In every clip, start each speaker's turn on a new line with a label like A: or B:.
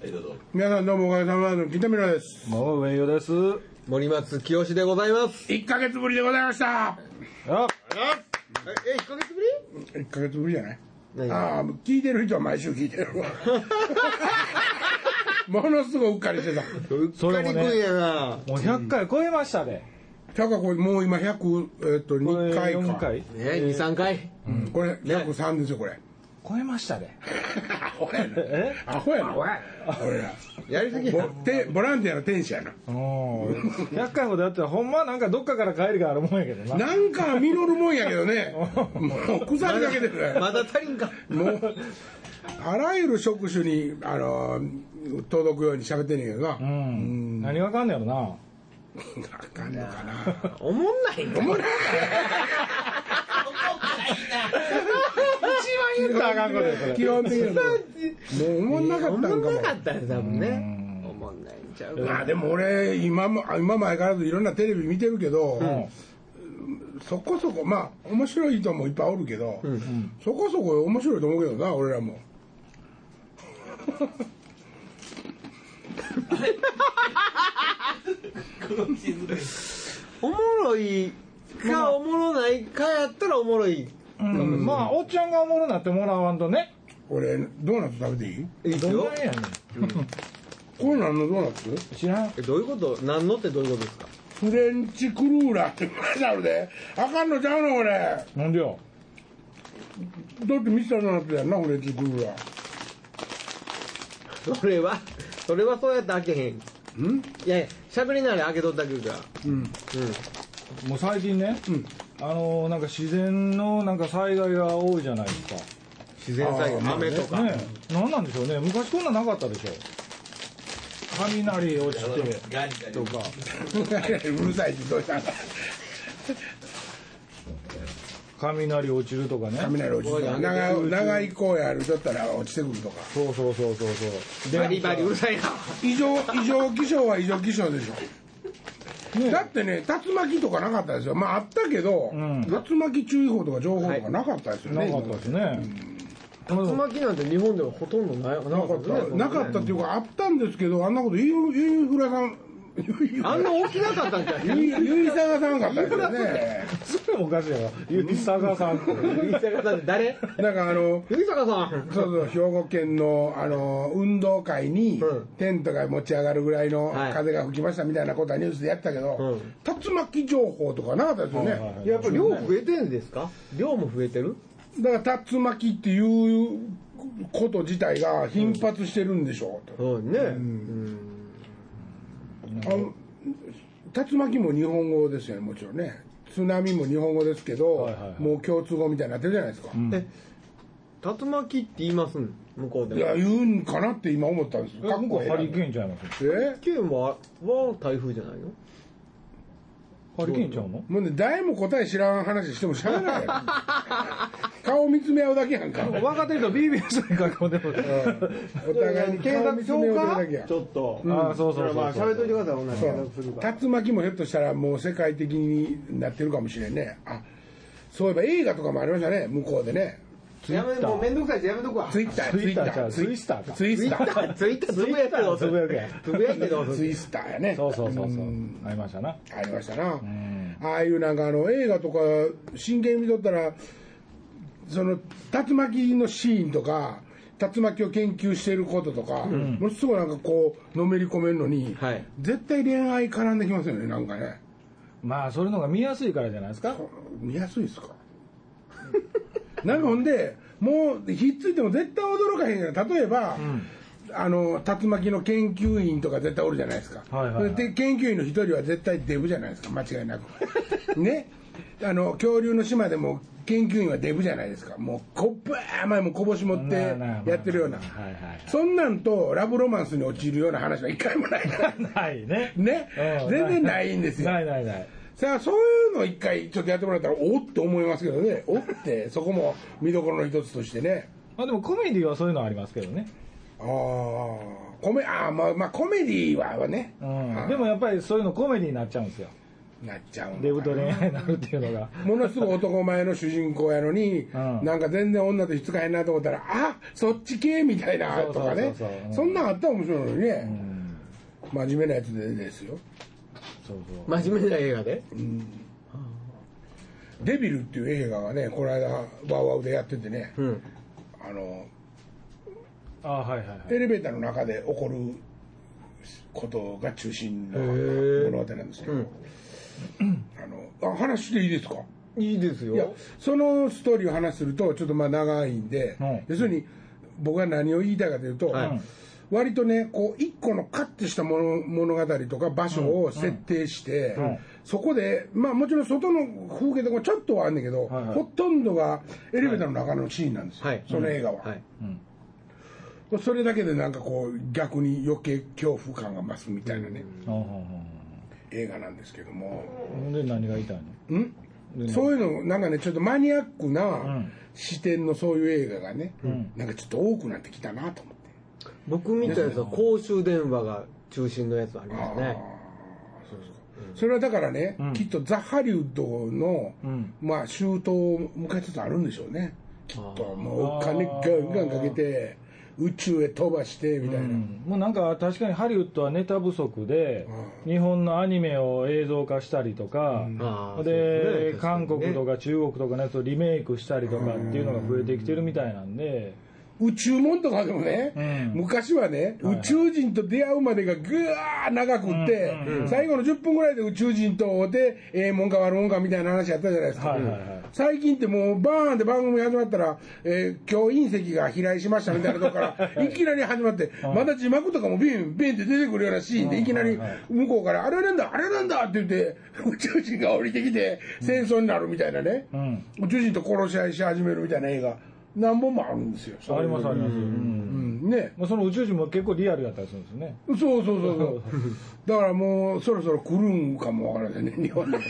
A: はい、どうぞ。
B: 皆さんどうもおかげさまで金田美奈です
C: もう上与です。
D: 森松清でございます。
B: 1か月ぶりでございました
C: あ、
D: え、一ヶ月ぶり
B: 1か月ぶりじゃない
D: 何
B: ああ聞いてる人は毎週聞いてるわ ものすごいうっかりしてた
D: うっ
C: そ
D: か
C: れ
D: り
C: もね
D: くんやな。
C: もう100回超えましたで。
B: たかこれもう今100えっと
C: これ
B: 2回か
C: 4回
D: ね、二三回。
B: うんこれ103ですよこれ
C: 超えましたで。
B: アホやな
C: え
B: アホやな俺ら
D: やりすぎや。
B: ぼてボランティアの天使やな
C: おー100回ほどやったらほんまはなんかどっかから帰りがあるもんやけどな。
B: なんか実るもんやけどねもう腐りかけてる
D: まだ足りんか。
B: もうあらゆる職種にあの届くように喋ってんねんけどな、
C: うん。何わかんねやろな。
B: あかんのかな。
D: おもんないの。
C: 一番言ったらあかんことや、そ
B: 基
C: れ。
B: 本的にはもうもう思んなかった
D: お
B: ん
D: もんなか
B: かも。
D: ったよ、多分ね。おもんないんちゃうか。
B: まあでも俺今も今前からずいろんなテレビ見てるけど、
C: ん
B: そこそこまあ面白い人もいっぱいおるけど、そこそこ面白いと思うけどな俺らも。
D: おもろいかおもろないかやったらおもろい。
C: うんまあ、おっちゃんがおもろなってもらわんとね。
B: 俺ドーナツ食べていい？
D: いいっす
C: どん
D: よ
C: な。んやね
B: これ何のドーナツ？
C: ん。知らん。
D: えどういうこと何のってどういうことですか
B: フレンチクルーラーって 書いてあるで。あかんのちゃうのこれ。
C: なんでよ。
B: だってミスタードーナツやんなフレンチクルーラー。
D: それは、それはそうやって開けへん。
B: うん？
D: いやいや、喋りながら開けとったけどから。
B: うん。
C: もう最近ね、
B: うん
C: あのーなんか自然のなんか災害が多いじゃないですか。
D: 自然災
B: あーま
D: 害、雨とか。
C: ねえ、なんなんでしょうね。昔こんなんなかったでしょ。雷落ちて
A: ガリガリ
C: とか。
B: うるさいってどうしたんだ。
C: 雷落ちるとかね。
B: 雷落ちてた長い長い公園歩いとったら落ちてくるとか
C: そうそうそうそうそう。
D: バリバリうるさいな。
B: 異常異常気象は異常気象でしょ
C: ね
B: だってね竜巻とかなかったですよまああったけど、
C: うん
B: 竜巻注意報とか情報とかなかったですよね、
C: なかったですね。
D: 竜巻なんて日本ではほとんどないな
B: な
D: か
B: か
D: っ
B: ったたなかったっていうかあったんですけどあんなこと言う言うフラさん
D: あんな大きなかったんじゃ
B: ゆいゆいさがさんかったですよね
C: それもおかしいやろ。ゆりさがさん。
D: ゆいさかさんって誰
B: なんかあの
D: ゆいさかさん
B: そうそう兵庫県のあの運動会に
D: うん
B: テントが持ち上がるぐらいの
D: はい
B: 風が吹きましたみたいなことはニュースでやってたけど、
D: うん
B: 竜巻情報とかなかったですよね、
C: はいはいはい
D: やっぱ量増えてるんですか量も増えてる
B: だから竜巻っていうこと自体が頻発してるんでしょうと、
D: そうね、
B: あの竜巻も日本語ですよねもちろんね津波も日本語ですけど、
C: はいはいはい
B: もう共通語みたいになってるじゃないですか、
D: え竜巻って言いますん向こう
B: い
D: で
B: や
D: は
B: 言うんかなって今思ったんですよ
C: 向こうハリケ
B: ン
C: ーンちゃいます。
B: え
D: 県はは台風じゃないの
C: ハリケーンちゃうの？
B: もうね誰も答え知らん話してもしゃべらない顔見つめ合うだけやんか
C: 分かってる人 BBS に書き込んでる。
B: お互いに顔見つめ合うだけやん
D: ちょっと、
C: ああそうそうそうそう。
D: まあ喋っといてください同じ検索するから
B: 竜巻もひょっとしたらもう世界的になってるかもしれんねあそういえば映画とかもありましたね向こうでね
D: やめもうめんどくさいしやめとくわ
B: ツイッター
C: ツイッターちゃう
B: ツイッターツイッター
D: ツイッターつぶやいてどうす
C: つぶや
D: る
C: くやん
D: つぶやいてどうす
B: ツ
D: る
B: イスターやね
C: そうそうそうそう。ありましたな。
B: ありましたな
C: うん
B: ああいうなんかあの映画とか真剣に見とったらその竜巻のシーンとか竜巻を研究していることとか、ものすごいなんかこうのめり込めるのに、
D: はい
B: 絶対恋愛絡んできますよねなんかね
C: まあそれの方が見やすいからじゃないですか。
B: 見やすいですか なんかほんでもうひっついても絶対驚かへんから例えば、あの竜巻の研究員とか絶対おるじゃないですか、
C: はいはいはい
B: で研究員の一人は絶対デブじゃないですか間違いな くねあの恐竜の島でも研究員はデブじゃないですかもうこぶー前もこぼし持ってやってるような
C: はいはい
B: そんなんとラブロマンスに陥るような話は一回もないから
C: はい。ないね。
B: ね
C: うん
B: 全然ないんですよ
C: ないないない。
B: さあそういうのを一回ちょっとやってもらったらおって思いますけど ねおってそこも見どころの一つとしてね
C: まあでもコメディはそういうのはありますけどね。
B: ああコメあーまあまあコメディはね、
C: うん
B: あー
C: でもやっぱりそういうのコメディになっちゃうんですよ。
B: なっちゃうのかな
C: デブと恋愛になるっていうのが。
B: ものすごい男前の主人公やのに、
C: うん
B: なんか全然女とひっつかへんなと思ったら、あそっち系みたいな
C: そ
B: と
C: うそうそ
B: か
C: う
B: ね
C: そう、うん
B: そんなんあったら面白いのに
C: う
B: ね、
C: ん
B: 真面目なやつでですよ、
C: そうそう。
D: 真面目な映画で
B: デビルっていう映画がね、この間、ワウワウでやっててね、
D: うん
B: あの
C: あ、はいはいはい。
B: エレベーターの中で起こることが中心の
D: へー
B: 物語なんですけど、
D: うん
B: あのあ話でいいですか
D: いいですよ
B: いやそのストーリーを話するとちょっとまあ長いんで、
C: うん
B: 要するに僕が何を言いたいかというと、
D: はい
B: 割とねこう一個のカッとした物物語とか場所を設定して、
C: うんうん
B: そこでまあもちろん外の風景とかちょっとはあんねんけど、
C: はいはい
B: ほとんどがエレベーターの中のシーンなんですよ、
D: はい
B: その映画は、
D: はい
C: うん。
B: それだけでなんかこう逆に余計恐怖感が増すみたいなね、
C: あああ
B: 映画なんですけども、
C: あほんで何が言いたいの
B: うん
C: で
B: そういうのなんかねちょっとマニアックなん視点のそういう映画がね、
C: ん
B: なんかちょっと多くなってきたなと思って、
D: 僕みたいなさ公衆電話が中心のやつありますね
B: それはだからね、
C: ん
B: きっとザ・ハリウッドの、
C: うん
B: まあ周到を迎えつつあるんでしょうねきっともうお金
C: あ
B: ガ
C: ー
B: ンガンかけて宇宙へ飛ばしてみたいな、
C: うんもうなんか確かにハリウッドはネタ不足で、日本のアニメを映像化したりとか、
D: ああそう
C: で
D: ですね
C: 韓国と
D: 確か
C: か中国とかのやつをリメイクしたりとかっていうのが増えてきてるみたいなんで、
B: 宇宙もんとかでもね、
C: うん
B: 昔はね、宇宙人と出会うまでがぐわー長くって、最後の10分ぐらいで宇宙人と会うて、ええもんか悪いもんかみたいな話やったじゃないですか。
C: はいはいはい
B: 最近ってもうバーンって番組始まったら、えー今日隕石が飛来しましたみたいなとこ から、いきなり始まって、まだ字幕とかもビンビンって出てくるようなシーンで、いきなり向こうから、あれなんだ、あれなんだって言って、宇宙人が降りてきて、戦争になるみたいなね、
C: ん
B: 宇宙人と殺し合いし始めるみたいな映画、何本もあるんですよ。
C: ありますあります、う
B: う
C: ん
B: んね、
C: まあ、その宇宙人も結構リアルだったりするんですね
B: そうそうそうそうだからもうそろそろ来るんかもわからないね日 本にも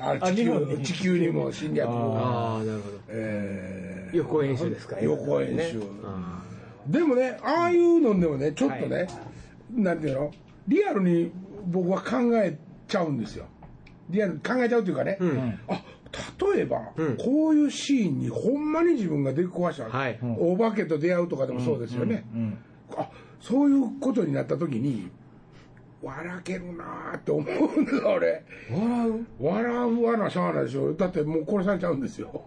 B: あ地
C: 日本
B: 球
C: に
B: 地球にも侵略
D: にね
B: も
D: ああなるほど
B: え
D: 予行演習ですか
B: ー予行演習
D: ああ
B: でもねああいうのでもねちょっとね、なんていうのリアルに僕は考えちゃうんですよリアルに考えちゃうというかね、
D: ん
B: あ例えば、
D: うん
B: こういうシーンにほんまに自分が出くわした、
D: はい
B: お化けと出会うとかでもそうですよね、
C: うん
B: あそういうことになった時に笑けるなーって思うんだよ俺
C: 笑う
B: 笑うわなしゃあないでしょだってもう殺されちゃうんですよ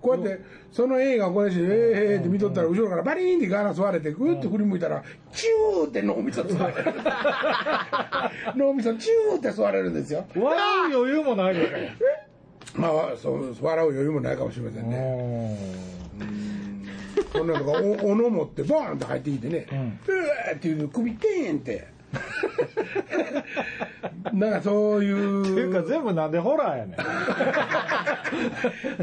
B: こうやってその映画をこれして「えー、えーって見とったら後ろからバリーンってガラス割れてグッと振り向いたらチューって脳みそ吸われる脳みそチューって吸われるんですよ
C: 笑う余裕もない ですね
B: まあそう笑う余裕もないかもしれませんねこんなのがお斧持ってボーンって入ってきてね、うわーっていう首テーンってなんかそうい
C: っていう
B: う
C: か全部なんでホラーやねん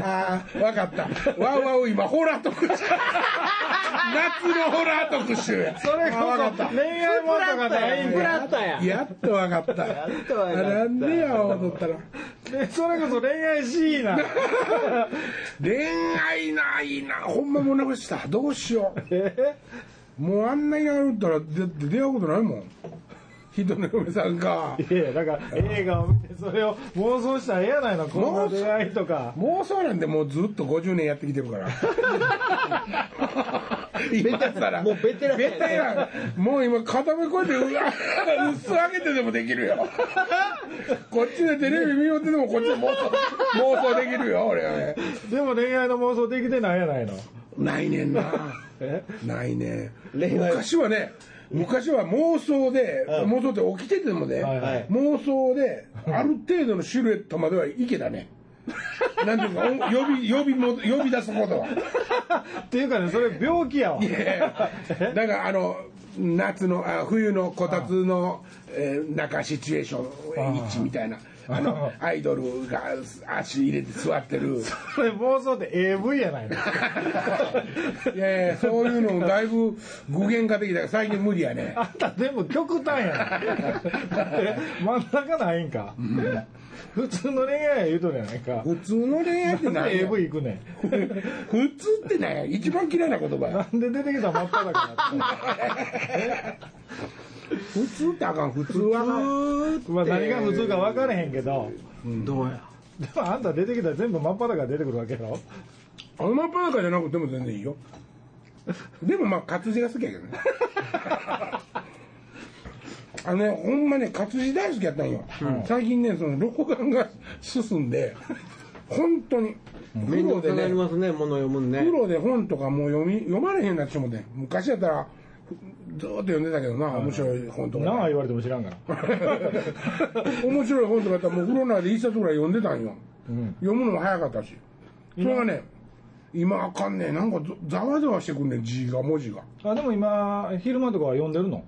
B: ああわかったわうわう今ホラー特集夏のホラー特集や
C: それこ
B: あわかっ
C: そ
B: た
C: 恋愛ものとかないん
D: フ
C: で
D: ラットや
B: やっとわかったや
D: っとわかった
B: なんでや踊ったら
C: でそれこそ恋愛シーン な
B: 恋愛ないなほんまもうなくしたどうしよう
C: え
B: もうあんなになるったらだって出会うことないもん人の嫁さんが
C: いやだから映画を見てそれを妄想したらええやないのこんな出会いとか
B: 妄想なんでもうずっと50年やってきてる から今更
D: もうベテランや
B: ベテランもう今片目こうやってうわ薄上げてでもできる よこっちでテレビ見ようってでもこっちで妄想妄想できるよ俺はね
C: でも恋愛の妄想できてないやないの
B: ないねんな
C: え
B: ないね
D: 恋愛
B: 昔はね昔は妄想で、妄想って起きててもね、
C: はいはい
B: 妄想である程度のシルエットまではいけた ねなんていうかお呼び呼びも呼び出すこと は
C: っていうかねそれ病気やわ
B: だからあの夏のあ冬のこたつの、えー中シチュエーション1みたいなあのアイドルが足入れて座って る
C: それ妄想って AV やないの
B: いやいやそういうのもだいぶ具現化できたから最近無理やね
C: あんた全部極端やなえ真ん中ないんか普通の恋愛や言うとるやないか
B: 普通の恋愛って
C: なん
B: 何
C: で
B: や
C: AV 行くねん
B: 普通ってなんや一番嫌いな言葉
C: な
B: や
C: んで出てきた真っ裸になったの
B: 普通ってあかん普通はあかん
C: まあ何が普通か分からへんけど、
D: どうや
C: でもあんた出てきたら全部真っ裸が出てくるわけやろ
B: あのまっぱなかじゃなくても全然いいよでもまあ活字が好きやけどね あのねほんまね活字大好きやったんよ、最近ねその老眼が進んで本当に
D: めんどく
B: で
D: さくなり
B: ね
D: ますね物読むんね
B: プロで本とかもう読み読まれへんなって思って昔やったらずーっと読んでたけどな面白い本と
C: なあ
B: か
C: 言われても知らんから
B: 面白い本とかやったらもう風呂内で一冊ぐらい読んでたんよ、読むのも早かったしそれがね今あかんねなんかざざわざわしてくんねん字が文字が
C: あでも今昼間とかは読んでるの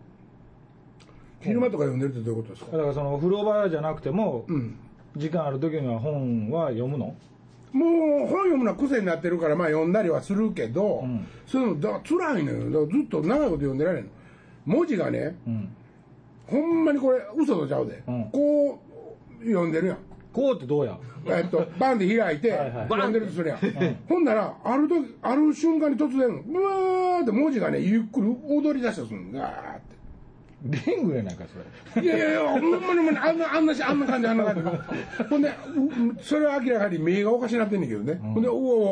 B: 昼間とか読んでるってどういうことですか
C: だからその風呂場じゃなくても、
B: うん
C: 時間ある時には本は読むの
B: もう本読むのは癖になってるからまあ読んだりはするけど、
C: ん
B: そういうのだから辛いのよだからずっと長いこと読んでられんの文字がね
C: うん
B: ほんまにこれ嘘とちゃうで、
C: うん
B: こう読んでるやん
C: こうってどうや
B: えっと、バンで開いて、
C: はいはい
B: バンでるとするやん。ほんなら、ある時、ある瞬間に突然、ブワーって文字がね、ゆっくり踊り出したりするの。ガーっ
C: リングやないかそれ
B: て。いやいやいや、ほんまにもうねあんな、あんなし、あんな感じ、あんな感じ。ほんで、うそれは明らかに目がおかしなってんねんけどね。ほんで、うわうわうわうわ、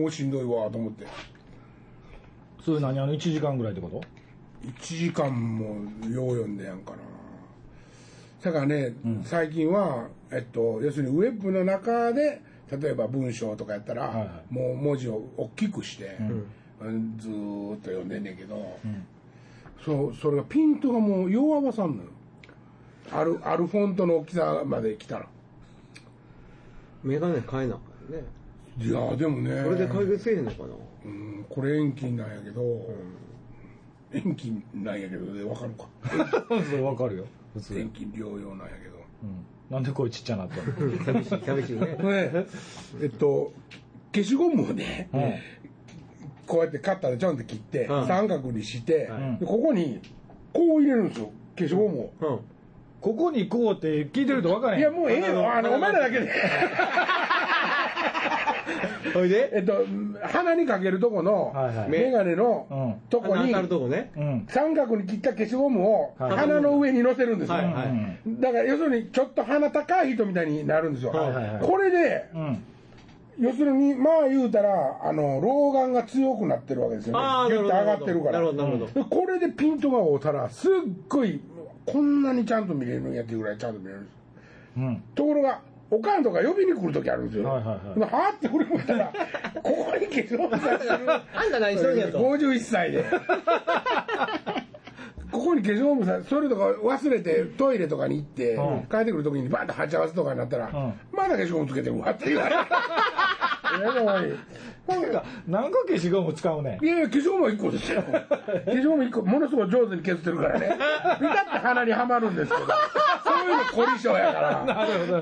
B: もうしんどいわ、と思って。
C: それ何あの1時間ぐらいってこと
B: 1時間もよう読んでやんかな。だからね、最近は、えっと、要するにウェブの中で、例えば文章とかやったら、
C: はいは
B: もう文字を大きくして、うんずーっと読んでんねんけど、そうそれがピントがもうよう合わさんのよ。ある、あるフォントの大きさまで来たら。
D: メガネ買えなあかんね
B: いやーでもね、
D: これで解決せえへんのかな
B: うんこれ遠近なんやけど、遠近なんやけどで、わかるか。
C: それわかるよ普通、
B: 遠近療養なんやけど。
C: うん、なんでこうちっちゃなったの
D: 寂しい 寂しいね
B: ね、えっと、消しゴムをね、
C: うん
B: こうやってカッターでちゃんと切って、
D: うん
B: 三角にして、
D: はい
B: でここに、こう入れるんですよ、消しゴムを。
D: うん
C: ここにこうって聞いてると分からへん
B: いや、もうええよ、あ
D: あの
B: の、お前らだけで。
D: ほいで
B: えっと、鼻にかけるとこの
C: はいは、い
B: メガネの
C: うん
B: とこ
D: 穴
B: に
D: 当た、るとこね
C: うん
B: 三角に切った消しゴムを
C: はい
B: 鼻の上に乗せるんですよ。
D: はいは
C: う
D: い
C: ん
B: だから、要するに、ちょっと鼻高い人みたいになるんですよ。
D: はいはい
C: はい
B: これで、
C: うん
B: 要するに、まあ言うたら、あの、老眼が強くなってるわけですよね。
D: ああ
B: ギ
D: な
B: ュ
D: る
B: ッ
D: ほ
B: と
D: ど
B: 上がってるから
D: な。るほどなるほど
B: でこれでピントが合うたらすっごいこんなにちゃんと見れるんやっていうぐらいちゃんと見れるんです
C: うん
B: ところがおかんとか呼びに来る時あるんですよ、
C: はいはいはい
B: ではあって俺もったらここに化粧させてる
D: あんた何しとんねやと
B: 51歳で ここに化粧もさそれとか忘れてトイレとかに行って、
C: うん
B: 帰ってくる時にバーッと鉢合わせとかになったら、
C: ん
B: まだ化粧もつけてるわって言われていやでもおい
C: なんか何か消しゴム使うね
B: いやいや、化粧も1個です よ。化粧も1個、ものすごい上手に削ってるからね。ピタッと鼻にはまるんですけど、そういうの凝り性やから。
C: なるほど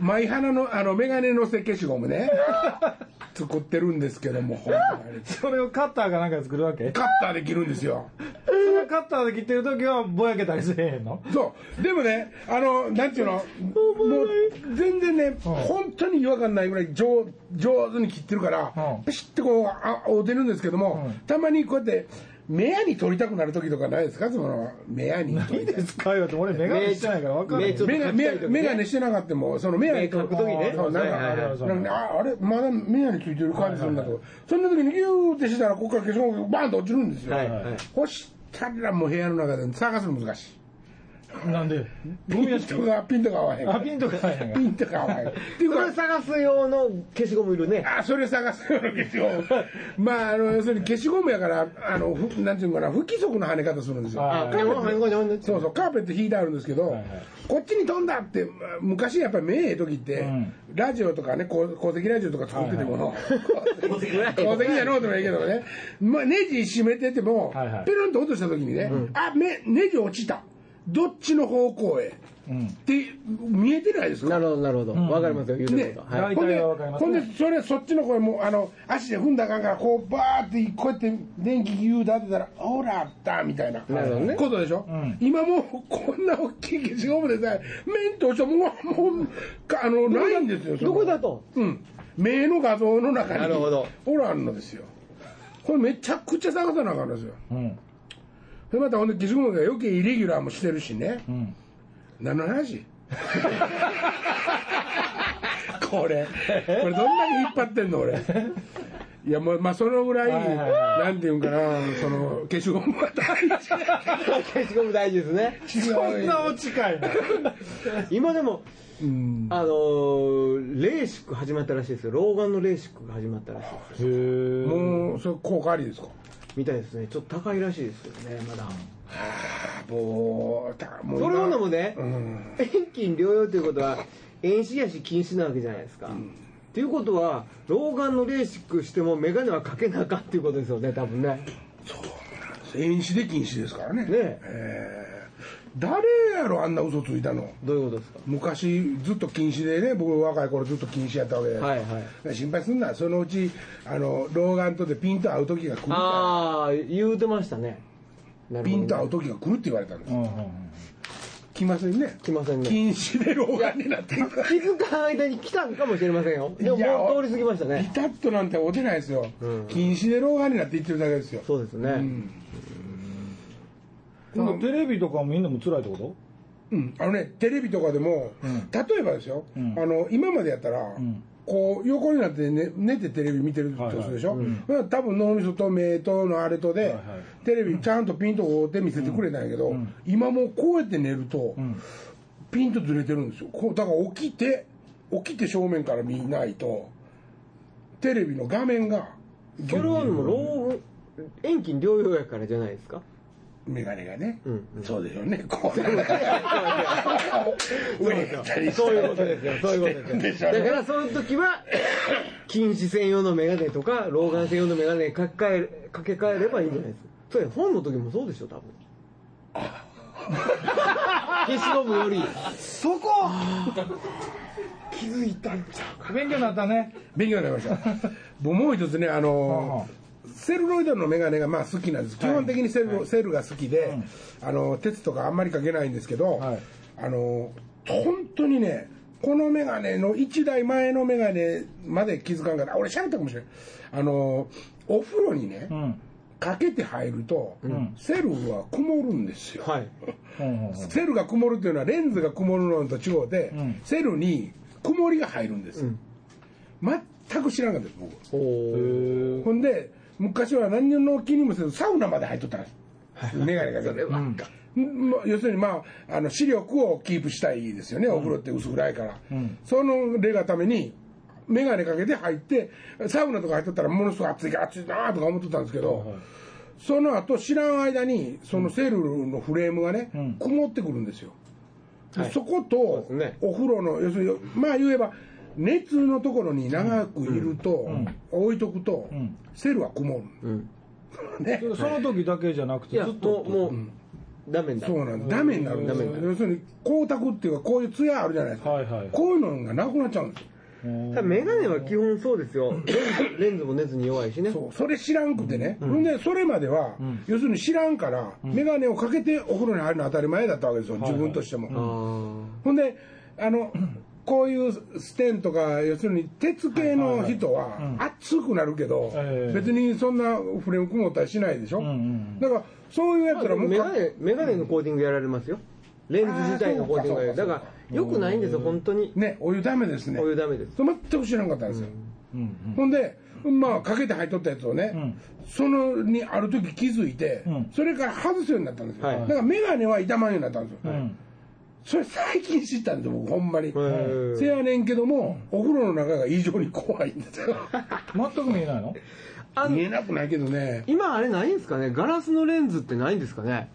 B: 舞花の、あの、メガネのせ消しゴムね、作ってるんですけども、ほんまに。
C: それをカッターかなんかで作るわけ
B: カッターで切るんですよ。
C: それカッターで切ってる時はぼやけたりせえへんの
B: そう。でもね、あの、なんていうの、もう、全然ね、本当に違和感ないぐらい上上手に切ってるから
C: うん、
B: ピシッとこう、あ、合うてるんですけども
C: うん、
B: たまにこうやって、目やに取りたくなる時とかないですかその、目やに取りたくなる。
C: 使うよって俺メガネしてないから分からへん
D: 目ちょっと
B: メガメガ
D: ね
B: メガネしてなかったもそのメガネ
D: 目描く時ね
B: そうなんか
D: はいはい
C: はい
B: なんかねああれまだメガネついてる感じするんだと、そんな時にギューってしたらここから化粧がバーンと落ちるんですよ、
D: はいはい
B: 干したらもう部屋の中で探すの難しい
C: なんで
B: ピ
C: ゴミ屋
B: ン
C: 敷
B: ト がピントが合わへんか
C: あ
B: ら
C: ピンとかないんや
B: ピントが合わへんっていう
D: こ
B: か
D: れ探す用の消しゴムいるね
B: あそれ探すような消しゴムまああの要するに消しゴムやからあのふなんていうのかな不規則な跳ね方するんですよ
C: あ
D: あカーペットの横に置いて
B: そうそうカーペット引いてあるんですけど、
C: はいはい
B: こっちに飛んだってまあ昔やっぱり目ええ時って、
C: うん
B: ラジオとかねこう鉱石ラジオとか作ってても、
D: 鉱石ラジオ
B: 鉱石じゃのうてもいいけどね、まあ、ネジ閉めてても、
C: はいはい
B: ペロンと落とした時にね、あ目ネジ落ちたどっちの方向へ、
C: ん
B: って見えてないですか
D: なるほどなるほどわかりますよ言うて
B: ね
D: ることはい
C: 大体はわかります
B: ほ
C: ね
B: んで、ほんでそれそっちの声もあの足で踏んだらあかんからこうバーってこうやって電気ギューで当てたら「ほらあった」みたいな
D: なるほどね
B: ことでしょ、
C: ん
B: 今もうこんな大きい消しゴムでさ面通してもうもうかあのないんですよその
D: どこだと
B: うん目の画像の中に
D: なるほど
B: ほらあるのですよこれめちゃくちゃ探さなあかんのですよ
C: うん
B: でまたほんで岸本が余計イレギュラーもしてるしね、
C: ん
B: 何の話 これこれどんなに引っ張ってんの俺いやもうまあそのぐらい
C: はいはいは
B: なんていうんかなその消しゴムが大事
D: 消しゴム大事ですね。
C: そんなお近いな。
D: 今でも、
B: うん
D: あのーレーシック始まったらしいですよ。老眼のレーシックが始まったらしいです。
C: へー
B: もうそれ効果ありですか
D: みたいですね。ちょっと高いらしいですよね、まだ。
B: もうだもう
D: それほども
B: ね
D: ね、
B: うん
D: 遠近療養ということは遠視やし禁止なわけじゃないですか。っていうことは老眼のレーシックしても眼鏡はかけなあかんっていうことですよね多分ね
B: 遠視で禁止ですからね
D: ねえ
B: えー誰やろあんな嘘ついたの
D: どういうことですか
B: 昔ずっと禁止でね僕若い頃ずっと禁止やったわけで、
D: はいはい
B: 心配すんなそのうちあの老眼とでピンと合う時が来るか
D: ああ言うてましたねな
B: ら
D: る
B: ピ
D: ほどね
B: ンと合う時が来るって言われたんです、
C: うんうんうん
B: 来ませんね
D: 来ませんね
B: 禁止で老眼になっていく
D: 気づかない間に来たんかもしれませんよでも
B: いや
D: もう通り過ぎました
B: ピ
D: ね
B: タッとなんて落てないですよ、
D: うん
B: 禁止で老眼になっていってるだけですよ
D: そうですね、
C: でもテレビとかもみんなも辛いってこと
B: うん、あのねテレビとかでも、
C: ん
B: 例えばですよ、
C: ん
B: あの今までやったら、
C: ん
B: こう横になって、ね、寝てテレビ見てるとするでしょ、
C: はいはいうん
B: まあ多分脳みそと目とのあれとで、
C: いは
B: テレビちゃんとピンとこうって見せてくれたんやけど、今もうこうやって寝ると、
C: ん
B: ピンとずれてるんですよこうだから起きて起きて正面から見ないとテレビの画面が
D: それはでも老遠近療養やからじゃないですか
B: 眼鏡がね、
D: うんうん
B: そうでしょうねこう 上やったりして
D: そういうことですよそういうこ
B: して
D: とですよ
B: るんでしょうね
D: だからそういう時は近視専用の眼鏡とか老眼専用の眼鏡にかけ替えるかけ替えればいいんじゃないですかそれ本の時もそうでしょ多分消しゴムより
C: そこ
D: 気づいたんちゃ
C: 勉強になったね。
B: 勉強になりま した。僕もう一つね、あのセルロイドのメガネがまあ好きなんです。基本的にセル,、セルが好きで、あの鉄とかあんまりかけないんですけど、
C: はい
B: あの本当にね、このメガネの1台前のメガネまで気づかんから、あ俺喋ったかもしれない。あのお風呂にね、
C: うん。
B: かけて入ると、セルは曇るんですよ。
D: うはい
C: うんうん
B: セルが曇るというのはレンズが曇るのと違うで、
C: ん
B: セルに曇りが入るんです、全く知らなかったです僕
D: お
C: う
D: お
C: ん。へー
B: ほんで昔は何の気にもせずサウナまで入っとったんです眼鏡かけて、うんまあ要するにまああの視力をキープしたいですよね、お風呂って薄暗いから、その例がために眼鏡かけて入ってサウナとか入っとったらものすごい暑いから暑いなとか思っとったんですけど、その後知らん間にそのセルのフレームがね、
C: ん
B: 曇ってくるんですよ、で
D: はい
B: そこと
D: そうですね
B: お風呂の要するにまあ言えば熱のところに長くいると、置いとくと、
C: ん
B: セルは曇る、
D: ん
B: ね
C: その時だけじゃなく
D: い
C: て、
D: や
C: ず
D: も
C: っと。
D: うもうダメだ
B: そうなんですダメになるんですよ要するに光沢っていうかこういう艶あるじゃないですか、
C: はいはい
B: こういうのがなくなっちゃうんですよ
C: うん
D: ただメガネは基本そうですよレンズレンズも熱に弱いしね
B: そうそれ知らんくてね、ほんでそれまでは、要するに知らんから、眼鏡をかけてお風呂に入るのは当たり前だったわけですよ、自分としても、
D: あー
B: ほんであのこういうステンとか要するに鉄系の人は熱くなるけど
C: ええ
B: 別にそんなフレーム曇ったりしないでしょ
C: んうん
B: だからそういうや
D: まあ
B: つ
D: で
B: ら
D: も
B: もう
D: メ
B: か
D: ガネメガネのコーティングやられますよレンズ自体のコーティング
B: あ
D: や
B: ー
D: だ
B: そうか
D: か
B: そう
D: らよくないんですよ本当に
B: ねお湯ダメですね
D: お湯ダメです
B: それ全く知らんかったんですよ
C: うんうん
B: ほんでまあかけて入っとったやつをね、そのにある時気づいて、
C: うん
B: それから外すようになったんですよ、
D: はい
B: だから眼鏡は痛まんようになったんですよ、
C: うん
B: それ最近知ったんですよ僕ほんまに、
D: ー
B: せやねんけどもお風呂の中が異常に怖いんですよ
C: 全く見えないの
D: あの
B: 見えなくないけどね
D: 今あれないんですかねガラスのレンズってないんですかね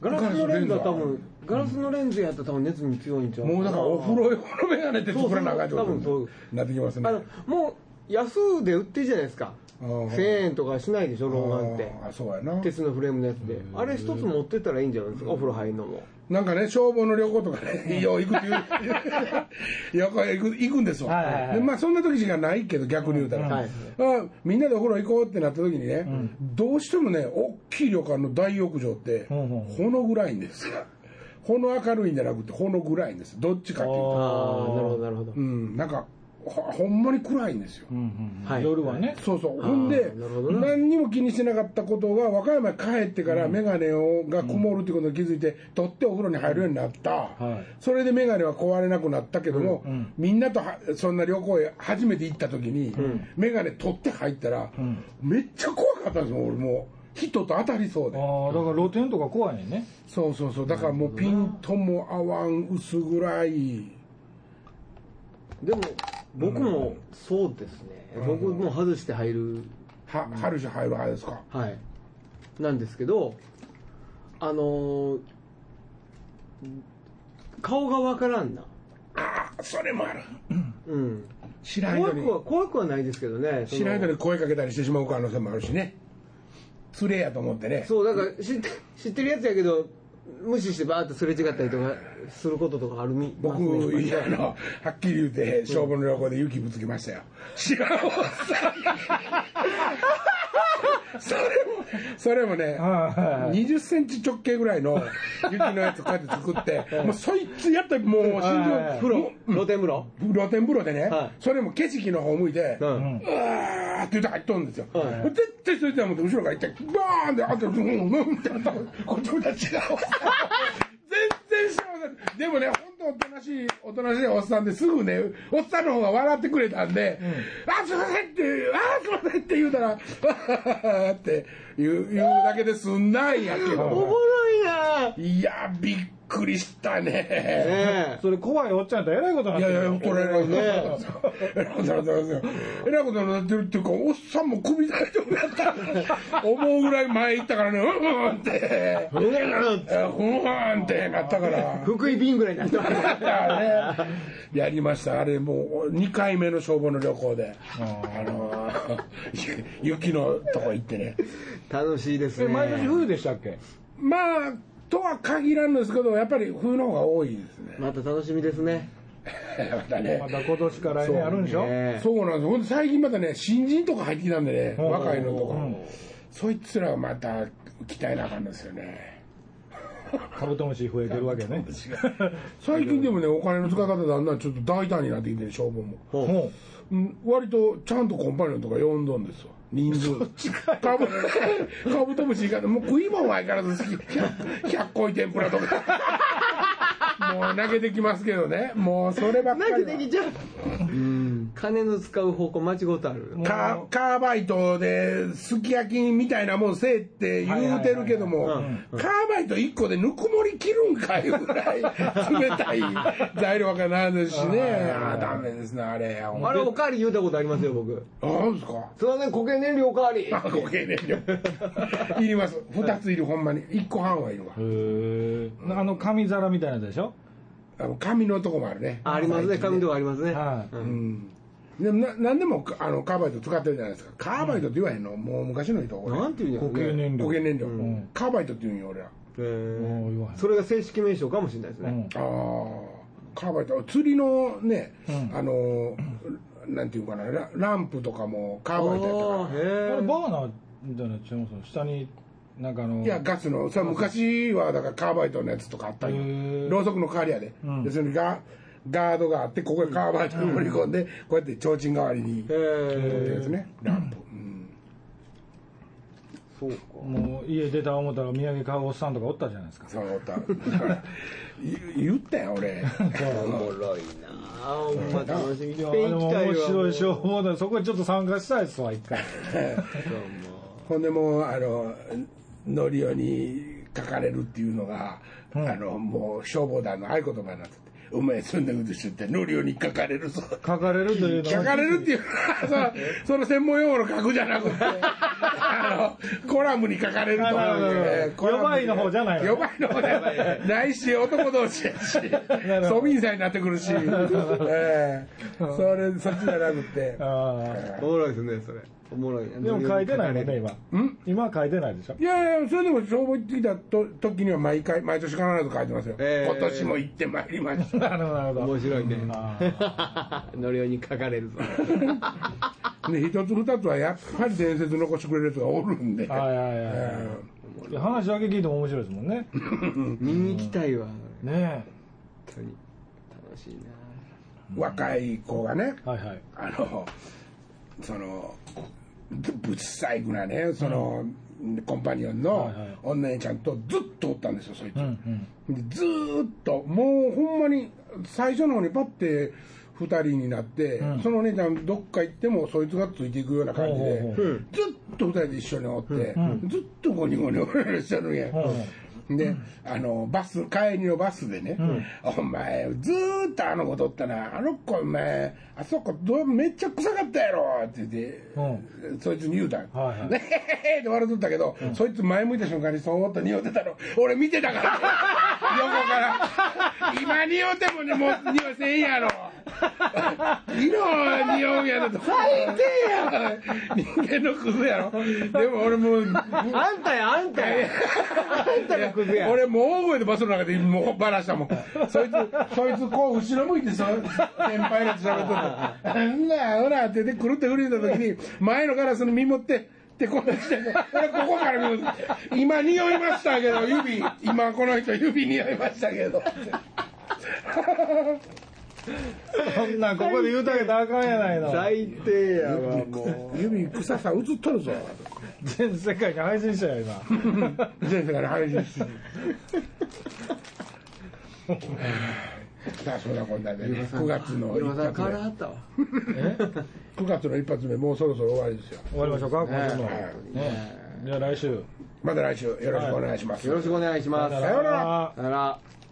D: ガラスのレンズは多分ガラスのレンズやったら多分熱に強いんちゃう
B: もうだからお風呂用のメガネって作らなあかんってこ
D: そうそう多分
B: と
D: そ
B: になってきますね
D: あのもう安で売ってるじゃないですか
B: あー
D: 1000円とかしないでしょ老眼って
B: あーそうやな
D: 鉄のフレームのやつであれ一つ持ってったらいいんじゃないですかお風呂入るのも
B: なんかね消防の旅行とか ねよう行くっていう よく行く行くんです
C: はいはい
B: わ
C: はい
B: でまあそんな時しかないけど逆に言うたら
D: はい
B: あみんなでお風呂行こうってなった時にねどうしてもね大きい旅館の大浴場って
C: うんうん
B: ほの暗いんですよほの明るいんじゃなくてほの暗いんですどっちかっていうと
D: ああなるほどなるほど
B: うんなんかほほんまに暗いんですよ、
D: はい
C: 夜はね、
B: そうそう
D: あー
B: ほんで
D: なるほどな
B: 何にも気にしてなかったことが和歌山に帰ってから眼鏡をが曇るってことに気づいて取ってお風呂に入るようになった、
C: はい
B: それで眼鏡は壊れなくなったけども、
C: うんうん
B: みんなとはそんな旅行へ初めて行った時に眼鏡取って入ったら、
C: ん
B: めっちゃ怖かったんですよ俺もう人と当たりそうで
C: ああだから露天とか怖いねんね
B: そうそうそうだからもうピントも合わん薄暗い
D: でも僕もそうですね、僕も外して入る
B: は春日入る派ですか
D: はいなんですけどあのー顔がわからんな
B: ああそれもある
D: うん
B: 知らん
D: 怖
B: 人
D: く
B: に
D: は怖くはないですけどねそ
B: 知
D: の
B: らん人に声かけたりしてしまう可能性もあるしね連れやと思ってね
D: そうだから知って知ってるやつやけど無視してバーッとすれ違ったりとかすることとかあるみ
B: 僕
D: ますね
B: いやあのはっきり言うて消防の旅行で雪ぶつけましたよ知らんおっさんそれもそれもね
C: は
B: 20センチ直径ぐらいの雪のやつこうやって作ってもうそいつやったらもう心
C: はい
B: 臓
D: 風呂露天風呂
B: 露天風呂でね、
D: はい
B: それも景色の方向いて、う
D: う
B: わー
D: ん
B: って言って入っとるんですよ、
D: はい
B: 絶対それだもんで後ろから行ってバーンってあとブンブンってあったこっちも違う全然知らなかったでもね本当おとなしいおとなしいおっさんですぐねおっさんの方が笑ってくれたんで「あすいません」って「あすいません」って言うたら「って言う言うだけで済んだんやけ
D: おも
B: ど
D: ろいなね
B: いやびっくりしたね
D: え
C: それ怖いおっちゃんやったらえらいこと に
B: い
C: なっ
B: やい
C: て
B: や、怒
C: る
B: られる ね。えらいことになってますよ。えらいことになってるっていうか、おっさんも首大丈夫やったと思うぐらい前行ったからね、 うんうんって、
D: うわー
B: うんうんってなったから。
D: 福井瓶ぐらいになってます
B: やりましたあれもう2回目の消防の旅行であの ー雪のとこ行ってね
D: 楽しいです
C: え
D: ね
C: 毎年冬でしたっけ
B: まあとは限らんのですけどやっぱり冬の方が多いですね
D: また楽しみですね
B: またね
C: また今年から来年あるんでしょ、
D: ね
B: そうなんですほんで最近またね新人とか入ってきたんでね
C: ん
B: 若いのとかそいつらがまた鍛えなあかんですよね
C: カブトムシ増えてるわけね
B: 最近でもねお金の使い方だんだんちょっと大胆になってきてる消防も、
D: ほう
C: も
B: うん、割とちゃんとコンパニオンとか呼んどんですわ人数カブカブトムシいかないもう食いもんは相変わらず好き 100, 100個い天ぷらとかもう投げてきますけどねもうそればっかりは
D: なんでできちゃう金の使う方向間違うとある
B: カーカーバイトですき焼きみたいなもんせえって言うてるけども、
D: はいはいはいは
B: カーバイト1個でぬくもり切るんかいうぐらい 冷たい材料がないですしね、あーダメですね、あれ。あ
D: あれおかわり言うたことありますよ僕
B: なんですか
D: すいません固形燃料おかわり
B: あご経年量。 いります。2ついる、ほんまに。1個半はいるわ
C: う。へえあの紙皿みたいなやつでしょ
B: あの紙のとこもあるね。
D: ありますね紙とかありますね
C: はいう
B: うんん。でもな何でもあのカーバイト使ってるじゃないですか。カーバイトって言わへんのもう昔の人、これ。
D: なんていうんやろ
C: 固
D: ね
C: 形燃料
B: 固形燃料、
C: ん
B: カーバイトって言うんよ、俺ら。
D: へー
C: もう言わへん
D: それが正式名称かもしれないです
C: う
D: ね
C: ん
B: ああカーバイト釣りのね、あのなんていうかなラランプとかもカーバイトやった
D: あ
B: か
D: ー
B: ら
C: あ
D: へ
C: れ
D: え
C: バーナーみたいなやつちゃいますの下になんかあの
B: いやガスのさ昔はだからカーバイトのやつとかあったり
C: へー
B: ろうそくの代わりやで、
C: うん
B: 要するにガガードがあってここへカーバイトを盛り込んで、こうやって提灯代わりにやってるやつねランプ、うん
D: そうか
C: もう家出た思ったらお土産買うおっさんとかおったじゃないですか
B: そう思った言言ったよ俺
D: おもろいなあほんま楽しみ
C: い
D: に
C: や
D: し
C: で
D: ていき
C: も
D: たいわ
C: 面白い消防団そこにちょっと参加したいですわ一回
B: ほんでもうあのノリオに書かれるっていうのが、あのもう消防団の合言葉になってて「お前そんなことしとってノリオに書かれる ぞ」
C: 書かれるというのは
B: 書かれるっていうのはそのその専門用語の書くじゃなくてあのコラムに書かれると
C: あなるほど
B: えーコラム
C: 呼ばわりの方じゃないの
B: 呼ばわりの方じゃないないし男同士や し
C: ほど
B: 庶民罪になってくる し、えーそれそっちじゃなく て
C: あ
D: おもろいですねそれおもろいな
C: ーでも書いてないもんね今
B: ん
C: 今は書いてないでしょ
B: いやいや、それでも消防行ってきたと時には毎回、毎年必ず書いてますよ。
D: えー
B: 今年も行ってまいりまし
C: なるほどなるほど
D: 面白いね
C: あー
D: 乗りように書かれるぞ
B: た。で、一つ二つはやっぱり伝説残してくれる人がおるんで。
C: はいはいはいはいいや話だけ聞いても面白いですもんね
D: 見に行きたいわ
C: ね
D: 本当に楽しいな
B: 若い子がね、
C: はいはい
B: あのそのぶぶつさいくなねその、コンパニオンの
C: はいはい
B: 女にちゃんとずっとおったんですよそいつ、
C: うん
B: でずーっともうほんまに最初の方にパッて2人になって、そのお姉ちゃんどっか行ってもそいつがついていくような感じで、
C: ほうほう
B: ずっと2人で一緒におって、ずっとゴニゴニゴニゴニしてるんや、であのバス帰りのバスでね、お前ずーっとあの子とったなあの子お前あそこどめっちゃ臭かったやろって言って、そいつに言うたん、
C: はいはい
B: ねへへへって笑っとったけど、そいつ前向いた瞬間にそう思った匂ってたの俺見てた から、横から今匂ってもねもう匂いせんやろ色匂うんやろと最低 や人間のクズやろでも俺もう
D: あんたやあんたやあんたがクズや
B: 俺もう大声でバスの中でもうバラしたもんそいつそいつこう後ろ向いてそ先輩らと喋っとった「うんなほら」ってでくるって振り向いた時に前のガラスの身持ってってこんなして俺ここから見る今匂いましたけど指今この人指匂いましたけど
C: そんなんここで言うたけたらあかんやないの
D: 最低やわも
B: 指臭さ映っとるぞ
C: 全世界に配信したよ今
B: 全世界の配信してる さあそんなこんなでね9月の
D: う 今
B: 一
D: さ
B: 発
D: 変わ
B: 目
D: らはったわ
B: 9月の一発目もうそろそろ終わりですよ
C: 終わりましょうか今週も
B: はい
C: ねじゃあ来週
B: また来週よろしくお願いします、
D: よろしくお願いします
C: さようなら
D: さよなら